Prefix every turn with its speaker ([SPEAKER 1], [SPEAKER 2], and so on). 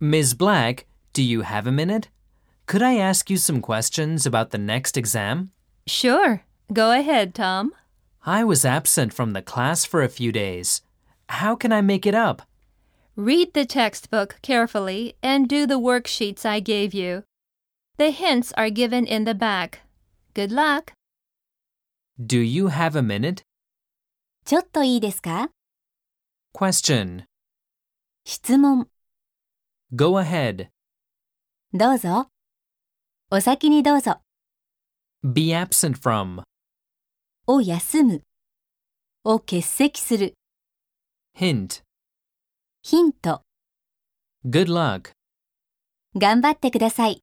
[SPEAKER 1] Ms. Black, do you have a minute? Could I ask you some questions about the next exam?
[SPEAKER 2] Sure. Go ahead, Tom.
[SPEAKER 1] I was absent from the class for a few days. How can I make it up?
[SPEAKER 2] Read the textbook carefully and do the worksheets I gave you. The hints are given in the back. Good luck.
[SPEAKER 1] Do you have a minute?
[SPEAKER 3] ちょっといいですか
[SPEAKER 1] Question.
[SPEAKER 3] 質問。
[SPEAKER 1] Go ahead.
[SPEAKER 3] どうぞ。お先にどうぞ。
[SPEAKER 1] Be absent from.
[SPEAKER 3] を休む。を欠席する。
[SPEAKER 1] Hint.
[SPEAKER 3] ヒント。
[SPEAKER 1] Good luck.
[SPEAKER 3] 頑張ってください。